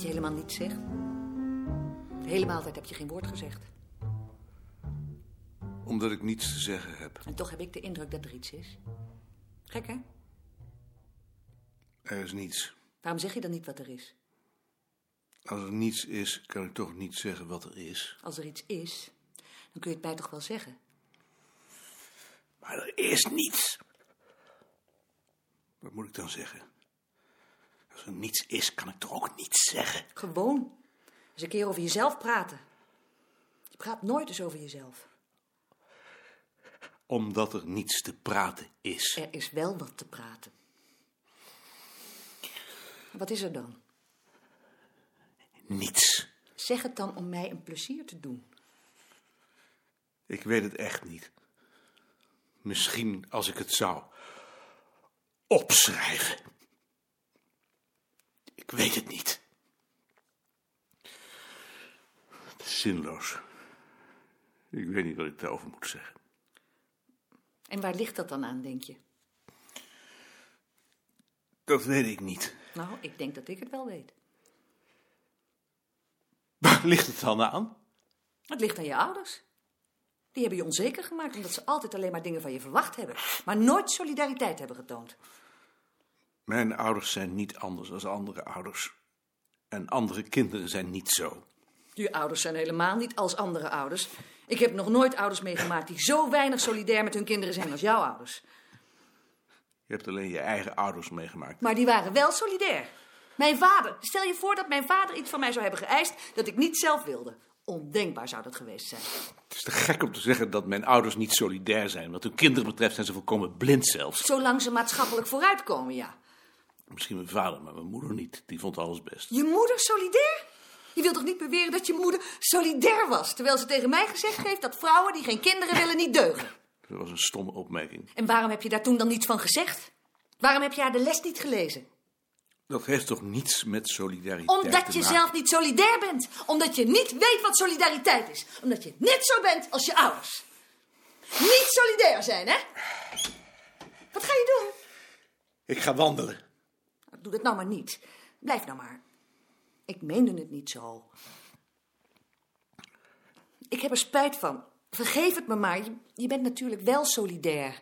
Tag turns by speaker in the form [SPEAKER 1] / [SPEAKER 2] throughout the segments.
[SPEAKER 1] zegt. De hele maaltijd heb je geen woord gezegd.
[SPEAKER 2] Omdat ik niets te zeggen heb.
[SPEAKER 1] En toch heb ik de indruk dat er iets is. Gek, hè?
[SPEAKER 2] Er is niets.
[SPEAKER 1] Waarom zeg je dan niet wat er is?
[SPEAKER 2] Als er niets is, kan ik toch niet zeggen wat er is.
[SPEAKER 1] Als er iets is, dan kun je het mij toch wel zeggen?
[SPEAKER 2] Maar er is niets. Wat moet ik dan zeggen? Als er niets is, kan ik toch ook niets zeggen?
[SPEAKER 1] Gewoon. Eens een keer over jezelf praten. Je praat nooit eens over jezelf.
[SPEAKER 2] Omdat er niets te praten is.
[SPEAKER 1] Er is wel wat te praten. Wat is er dan?
[SPEAKER 2] Niets.
[SPEAKER 1] Zeg het dan om mij een plezier te doen.
[SPEAKER 2] Ik weet het echt niet. Misschien als ik het zou opschrijven. Ik weet het niet. Het is zinloos. Ik weet niet wat ik daarover moet zeggen.
[SPEAKER 1] En waar ligt dat dan aan, denk je?
[SPEAKER 2] Dat weet ik niet.
[SPEAKER 1] Nou, ik denk dat ik het wel weet.
[SPEAKER 2] Waar ligt het dan aan?
[SPEAKER 1] Het ligt aan je ouders. Die hebben je onzeker gemaakt omdat ze altijd alleen maar dingen van je verwacht hebben, maar nooit solidariteit hebben getoond.
[SPEAKER 2] Mijn ouders zijn niet anders dan andere ouders. En andere kinderen zijn niet zo.
[SPEAKER 1] Je ouders zijn helemaal niet als andere ouders. Ik heb nog nooit ouders meegemaakt die zo weinig solidair met hun kinderen zijn als jouw ouders.
[SPEAKER 2] Je hebt alleen je eigen ouders meegemaakt.
[SPEAKER 1] Maar die waren wel solidair. Mijn vader, stel je voor dat mijn vader iets van mij zou hebben geëist dat ik niet zelf wilde. Ondenkbaar zou dat geweest zijn.
[SPEAKER 2] Het is te gek om te zeggen dat mijn ouders niet solidair zijn. Wat hun kinderen betreft zijn ze volkomen blind zelfs.
[SPEAKER 1] Zolang ze maatschappelijk vooruitkomen, ja.
[SPEAKER 2] Misschien mijn vader, maar mijn moeder niet. Die vond alles best.
[SPEAKER 1] Je moeder solidair? Je wilt toch niet beweren dat je moeder solidair was, terwijl ze tegen mij gezegd heeft dat vrouwen die geen kinderen willen niet deugen?
[SPEAKER 2] Dat was een stomme opmerking.
[SPEAKER 1] En waarom heb je daar toen dan niets van gezegd? Waarom heb je haar de les niet gelezen?
[SPEAKER 2] Dat heeft toch niets met solidariteit te
[SPEAKER 1] Omdat je
[SPEAKER 2] maken?
[SPEAKER 1] zelf niet solidair bent. Omdat je niet weet wat solidariteit is. Omdat je net zo bent als je ouders. Niet solidair zijn, hè? Wat ga je doen?
[SPEAKER 2] Ik ga wandelen.
[SPEAKER 1] Doe dat nou maar niet. Blijf nou maar. Ik meende het niet zo. Ik heb er spijt van. Vergeef het me maar. Je, je bent natuurlijk wel solidair.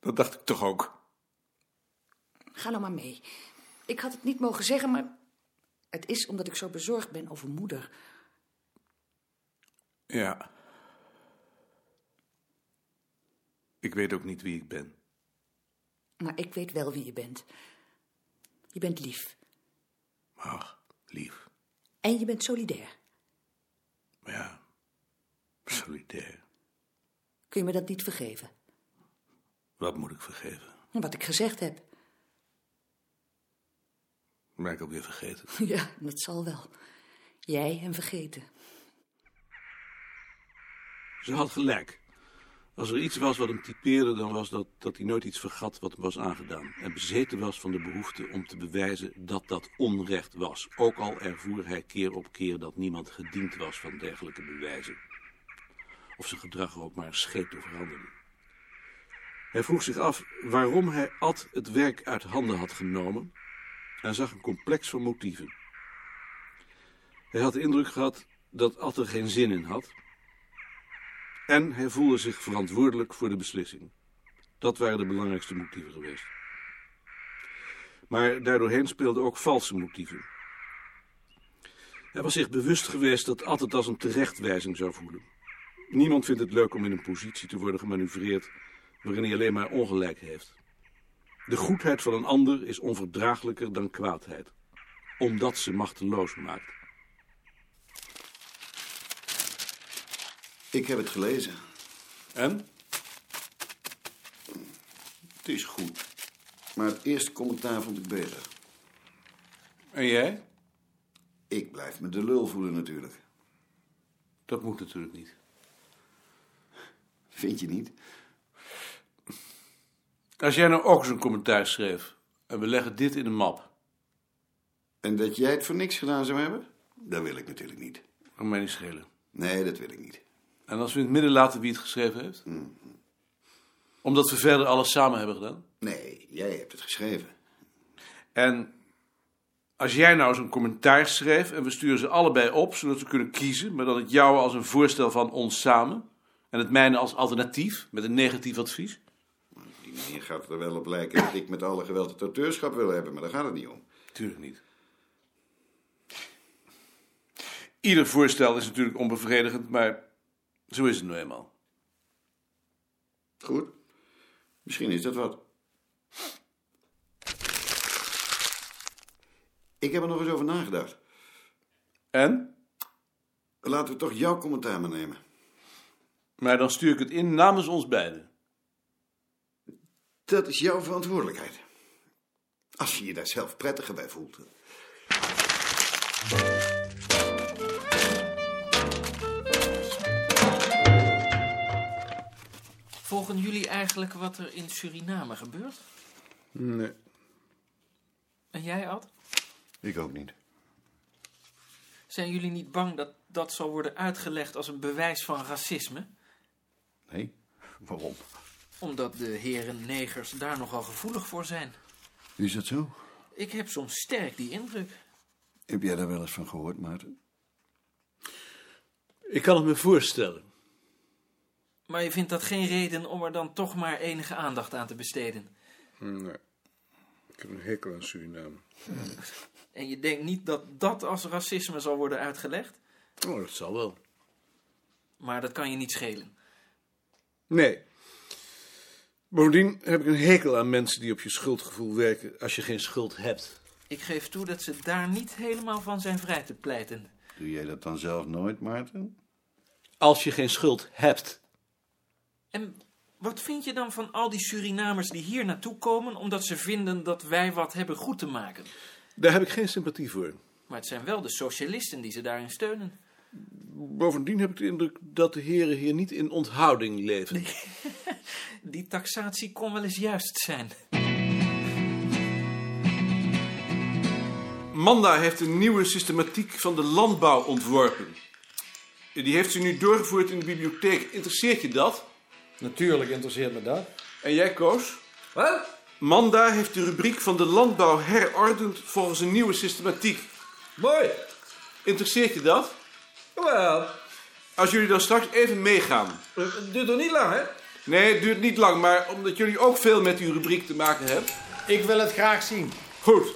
[SPEAKER 2] Dat dacht ik toch ook.
[SPEAKER 1] Ga nou maar mee. Ik had het niet mogen zeggen, maar het is omdat ik zo bezorgd ben over moeder.
[SPEAKER 2] Ja. Ik weet ook niet wie ik ben.
[SPEAKER 1] Maar ik weet wel wie je bent. Je bent lief.
[SPEAKER 2] Maar lief.
[SPEAKER 1] En je bent solidair.
[SPEAKER 2] Maar ja, solidair.
[SPEAKER 1] Kun je me dat niet vergeven?
[SPEAKER 2] Wat moet ik vergeven?
[SPEAKER 1] Wat ik gezegd heb.
[SPEAKER 2] Dat ben ik alweer vergeten.
[SPEAKER 1] Ja, dat zal wel. Jij hem vergeten.
[SPEAKER 2] Ze had gelijk. Als er iets was wat hem typeerde, dan was dat dat hij nooit iets vergat wat hem was aangedaan. En bezeten was van de behoefte om te bewijzen dat dat onrecht was. Ook al ervoer hij keer op keer dat niemand gediend was van dergelijke bewijzen. Of zijn gedrag er ook maar een scheet toe veranderde. Hij vroeg zich af waarom hij Ad het werk uit handen had genomen en zag een complex van motieven. Hij had de indruk gehad dat Ad er geen zin in had en hij voelde zich verantwoordelijk voor de beslissing. Dat waren de belangrijkste motieven geweest. Maar daardoorheen speelden ook valse motieven. Hij was zich bewust geweest dat Ad het als een terechtwijzing zou voelen. Niemand vindt het leuk om in een positie te worden gemanoeuvreerd waarin hij alleen maar ongelijk heeft. De goedheid van een ander is onverdraaglijker dan kwaadheid, omdat ze machteloos maakt.
[SPEAKER 3] Ik heb het gelezen.
[SPEAKER 2] En?
[SPEAKER 3] Het is goed. Maar het eerste commentaar vond ik beter.
[SPEAKER 2] En jij?
[SPEAKER 3] Ik blijf me de lul voelen natuurlijk.
[SPEAKER 2] Dat moet natuurlijk niet.
[SPEAKER 3] Vind je niet?
[SPEAKER 2] Als jij nou ook zo'n commentaar schreef en we leggen dit in de map,
[SPEAKER 3] En dat jij het voor niks gedaan zou hebben? Dat wil ik natuurlijk niet.
[SPEAKER 2] kan mij niet schelen.
[SPEAKER 3] Nee, dat wil ik niet.
[SPEAKER 2] En als we in het midden laten wie het geschreven heeft? Omdat we verder alles samen hebben gedaan.
[SPEAKER 3] Nee, jij hebt het geschreven.
[SPEAKER 2] En Als jij nou eens een commentaar schreef en we sturen ze allebei op, zodat we kunnen kiezen, maar dan het jouwe als een voorstel van ons samen en het mijne als alternatief met een negatief advies.
[SPEAKER 3] Die meneer gaat er wel op lijken dat ik met alle geweld het auteurschap wil hebben, maar daar gaat het niet om.
[SPEAKER 2] Tuurlijk niet. Ieder voorstel is natuurlijk onbevredigend, maar zo is het nu eenmaal.
[SPEAKER 3] Goed. Misschien is dat wat. Ik heb er nog eens over nagedacht.
[SPEAKER 2] En?
[SPEAKER 3] Laten we toch jouw commentaar maar nemen.
[SPEAKER 2] Maar dan stuur ik het in namens ons beiden.
[SPEAKER 3] Dat is jouw verantwoordelijkheid. Als je je daar zelf prettiger bij voelt.
[SPEAKER 4] Volgen jullie eigenlijk wat er in Suriname gebeurt?
[SPEAKER 3] Nee,
[SPEAKER 4] En jij, Ad?
[SPEAKER 3] ik ook niet.
[SPEAKER 4] Zijn jullie niet bang dat dat zal worden uitgelegd als een bewijs van racisme?
[SPEAKER 3] Nee? Waarom?
[SPEAKER 4] Omdat de heren negers daar nogal gevoelig voor zijn.
[SPEAKER 3] Is dat zo?
[SPEAKER 4] Ik heb soms sterk die indruk.
[SPEAKER 3] Heb jij daar wel eens van gehoord, Maarten?
[SPEAKER 5] Ik kan het me voorstellen.
[SPEAKER 4] Maar je vindt dat geen reden om er dan toch maar enige aandacht aan te besteden.
[SPEAKER 2] Hm, Nee. Ik heb een hekel aan Suriname.
[SPEAKER 4] En je denkt niet dat dat als racisme zal worden uitgelegd?
[SPEAKER 2] Oh, dat zal wel.
[SPEAKER 4] Maar dat kan je niet schelen.
[SPEAKER 2] Nee. Bovendien heb ik een hekel aan mensen die op je schuldgevoel werken als je geen schuld hebt.
[SPEAKER 4] Ik geef toe dat ze daar niet helemaal van zijn vrij te pleiten.
[SPEAKER 3] Doe jij dat dan zelf nooit, Maarten?
[SPEAKER 5] Als je geen schuld hebt.
[SPEAKER 4] En wat vind je dan van al die Surinamers die hier naartoe komen omdat ze vinden dat wij wat hebben goed te maken?
[SPEAKER 5] Daar heb ik geen sympathie voor.
[SPEAKER 4] Maar het zijn wel de socialisten die ze daarin steunen.
[SPEAKER 5] Bovendien heb ik de indruk dat de heren hier niet in onthouding leven.
[SPEAKER 4] Die taxatie kon wel eens juist zijn.
[SPEAKER 2] Manda heeft een nieuwe systematiek van de landbouw ontworpen. Die heeft ze nu doorgevoerd in de bibliotheek. Interesseert je dat?
[SPEAKER 6] Natuurlijk interesseert me dat.
[SPEAKER 2] En jij, Koos? Wat? Manda heeft de rubriek van de landbouw herordend volgens een nieuwe systematiek.
[SPEAKER 6] Mooi.
[SPEAKER 2] Interesseert je dat?
[SPEAKER 6] Wel,
[SPEAKER 2] Als jullie dan straks even meegaan.
[SPEAKER 6] Eh, het duurt nog niet lang, hè?
[SPEAKER 2] Nee, het duurt niet lang, maar omdat jullie ook veel met uw rubriek te maken hebben.
[SPEAKER 6] Ik wil het graag zien.
[SPEAKER 2] Goed.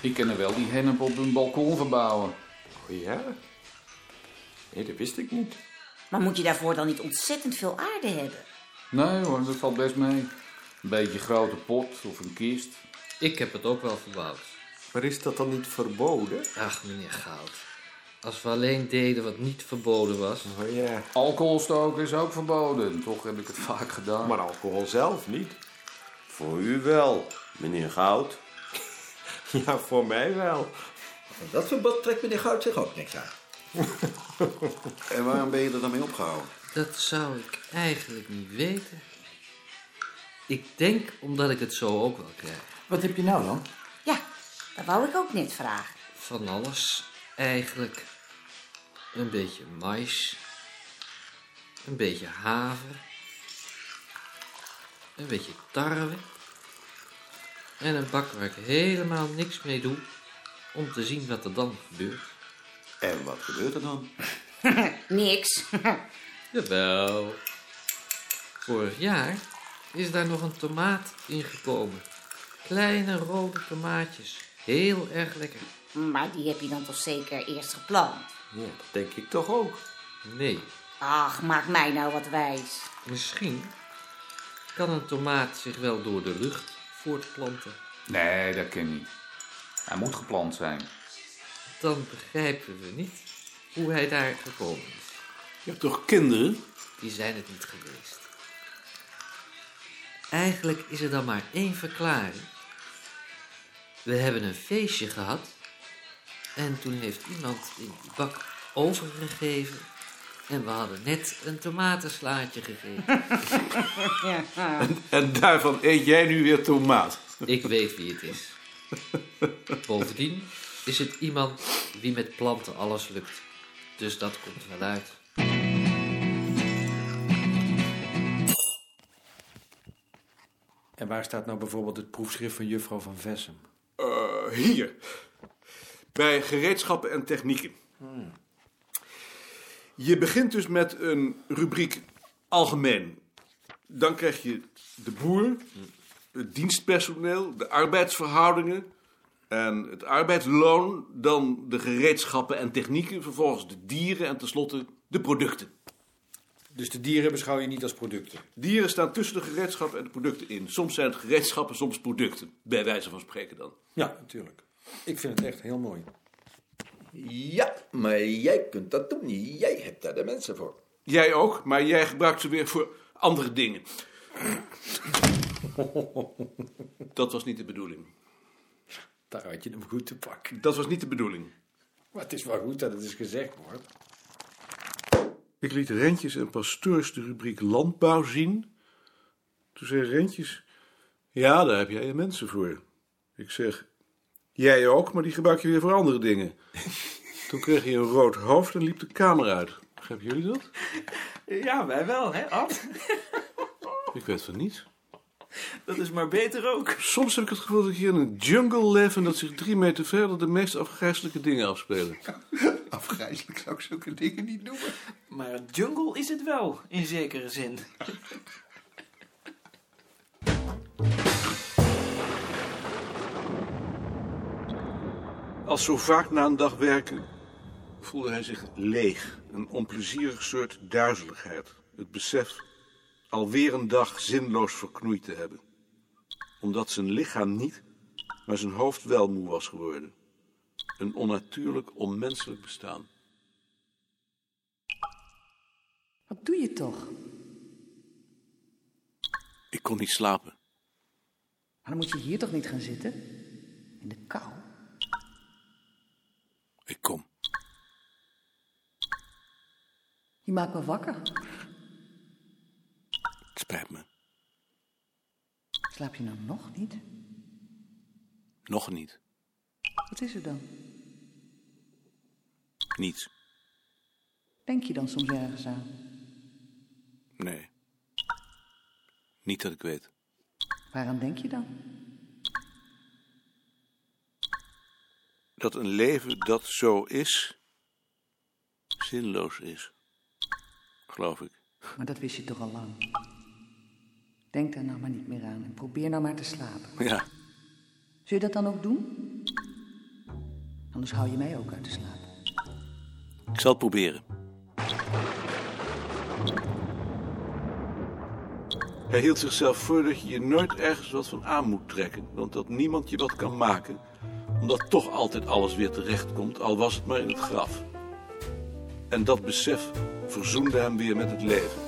[SPEAKER 7] Ik ken er wel die hennep op hun balkon verbouwen.
[SPEAKER 8] Ja? Nee, dat wist ik niet.
[SPEAKER 9] Maar moet je daarvoor dan niet ontzettend veel aarde hebben?
[SPEAKER 7] Nee hoor, dat valt best mee. Een beetje grote pot of een kist.
[SPEAKER 10] Ik heb het ook wel verbouwd.
[SPEAKER 8] Maar is dat dan niet verboden?
[SPEAKER 10] Ach, meneer Goud. Als we alleen deden wat niet verboden was.
[SPEAKER 8] Oh ja.
[SPEAKER 7] Alcohol stoken is ook verboden. Toch heb ik het vaak gedaan.
[SPEAKER 8] Maar alcohol zelf niet. Voor u wel, meneer Goud. ja, voor mij wel.
[SPEAKER 6] Van dat verbod trekt meneer Goud zich ook niks aan.
[SPEAKER 3] En waarom ben je er dan mee opgehouden?
[SPEAKER 10] Dat zou ik eigenlijk niet weten. Ik denk omdat ik het zo ook wel krijg.
[SPEAKER 6] Wat heb je nou dan?
[SPEAKER 9] Ja, dat wou ik ook net vragen.
[SPEAKER 10] Van alles eigenlijk. Een beetje mais. Een beetje haver. Een beetje tarwe. En een bak waar ik helemaal niks mee doe. Om te zien wat er dan gebeurt.
[SPEAKER 3] En wat gebeurt er dan?
[SPEAKER 9] Niks.
[SPEAKER 10] Jawel. Vorig jaar is daar nog een tomaat ingekomen. Kleine rode tomaatjes. Heel erg lekker.
[SPEAKER 9] maar die heb je dan toch zeker eerst geplant?
[SPEAKER 8] Ja, dat denk ik toch ook.
[SPEAKER 10] Nee,
[SPEAKER 9] Ach, maak mij nou wat wijs.
[SPEAKER 10] misschien kan een tomaat zich wel door de lucht voortplanten.
[SPEAKER 7] Nee, dat ken niet. Hij moet geplant zijn.
[SPEAKER 10] Dan begrijpen we niet hoe hij daar gekomen is.
[SPEAKER 5] Je hebt toch kinderen?
[SPEAKER 10] Die zijn het niet geweest. Eigenlijk is er dan maar één verklaring. We hebben een feestje gehad. En toen heeft iemand in die bak overgegeven. En we hadden net een tomatenslaatje gegeten.
[SPEAKER 2] En daarvan eet jij nu weer tomaat.
[SPEAKER 10] Ik weet wie het is. Bovendien is het iemand die met planten alles lukt. Dus dat komt wel uit.
[SPEAKER 7] En waar staat nou bijvoorbeeld het proefschrift van juffrouw van Vessem?
[SPEAKER 2] Eh, hier. Bij gereedschappen en technieken. Je begint dus met een rubriek algemeen. Dan krijg je de boer, het dienstpersoneel, de arbeidsverhoudingen en het arbeidsloon. Dan de gereedschappen en technieken, vervolgens de dieren en tenslotte de producten.
[SPEAKER 7] Dus de dieren beschouw je niet als producten?
[SPEAKER 2] Dieren staan tussen de gereedschappen en de producten in. Soms zijn het gereedschappen, soms producten. Bij wijze van spreken dan.
[SPEAKER 7] Ja, natuurlijk. Ik vind het echt heel mooi.
[SPEAKER 11] Ja, maar jij kunt dat doen. Jij hebt daar de mensen voor.
[SPEAKER 2] Jij ook, maar jij gebruikt ze weer voor andere dingen. Dat was niet de bedoeling.
[SPEAKER 7] Daar had je hem goed te pakken.
[SPEAKER 2] Dat was niet de bedoeling.
[SPEAKER 7] Maar het is wel goed dat het is gezegd wordt.
[SPEAKER 2] Ik liet Rentjes en Pasteurs de rubriek landbouw zien. Toen zei Rentjes, ja, daar heb jij je mensen voor. Ik zeg, jij ook, maar die gebruik je weer voor andere dingen. Toen kreeg hij een rood hoofd en liep de kamer uit. Begrijpen jullie dat?
[SPEAKER 4] Ja, wij wel, hè, Ad?
[SPEAKER 2] Ik weet van niet.
[SPEAKER 4] Dat is maar beter ook.
[SPEAKER 2] Soms heb ik het gevoel dat ik hier in een jungle leef en dat zich drie meter verder de meest afgrijzelijke dingen afspelen.
[SPEAKER 4] Afgrijzelijk zou ik zulke dingen niet noemen. Maar een jungle is het wel, in zekere zin.
[SPEAKER 2] Als zo vaak na een dag werken voelde hij zich leeg. Een onplezierig soort duizeligheid. Het besef alweer een dag zinloos verknoeid te hebben. Omdat zijn lichaam niet, maar zijn hoofd wel moe was geworden. Een onnatuurlijk, onmenselijk bestaan.
[SPEAKER 1] Wat doe je toch?
[SPEAKER 2] Ik kon niet slapen.
[SPEAKER 1] Maar dan moet je hier toch niet gaan zitten? In de kou.
[SPEAKER 2] Ik kom.
[SPEAKER 1] Je maakt me wakker.
[SPEAKER 2] Het spijt me.
[SPEAKER 1] Slaap je nou nog niet?
[SPEAKER 2] Nog niet.
[SPEAKER 1] Wat is er dan?
[SPEAKER 2] Niets.
[SPEAKER 1] Denk je dan soms ergens aan?
[SPEAKER 2] Nee. Niet dat ik weet.
[SPEAKER 1] Waaraan denk je dan?
[SPEAKER 2] Dat een leven dat zo is, zinloos is. Geloof ik.
[SPEAKER 1] Maar dat wist je toch al lang. Denk daar nou maar niet meer aan en probeer nou maar te slapen.
[SPEAKER 2] Ja.
[SPEAKER 1] Zul je dat dan ook doen? Anders hou je mij ook uit de slaap.
[SPEAKER 2] Ik zal het proberen. Hij hield zichzelf voor dat je je nooit ergens wat van aan moet trekken, want dat niemand je wat kan maken, omdat toch altijd alles weer terechtkomt, al was het maar in het graf. En dat besef verzoende hem weer met het leven.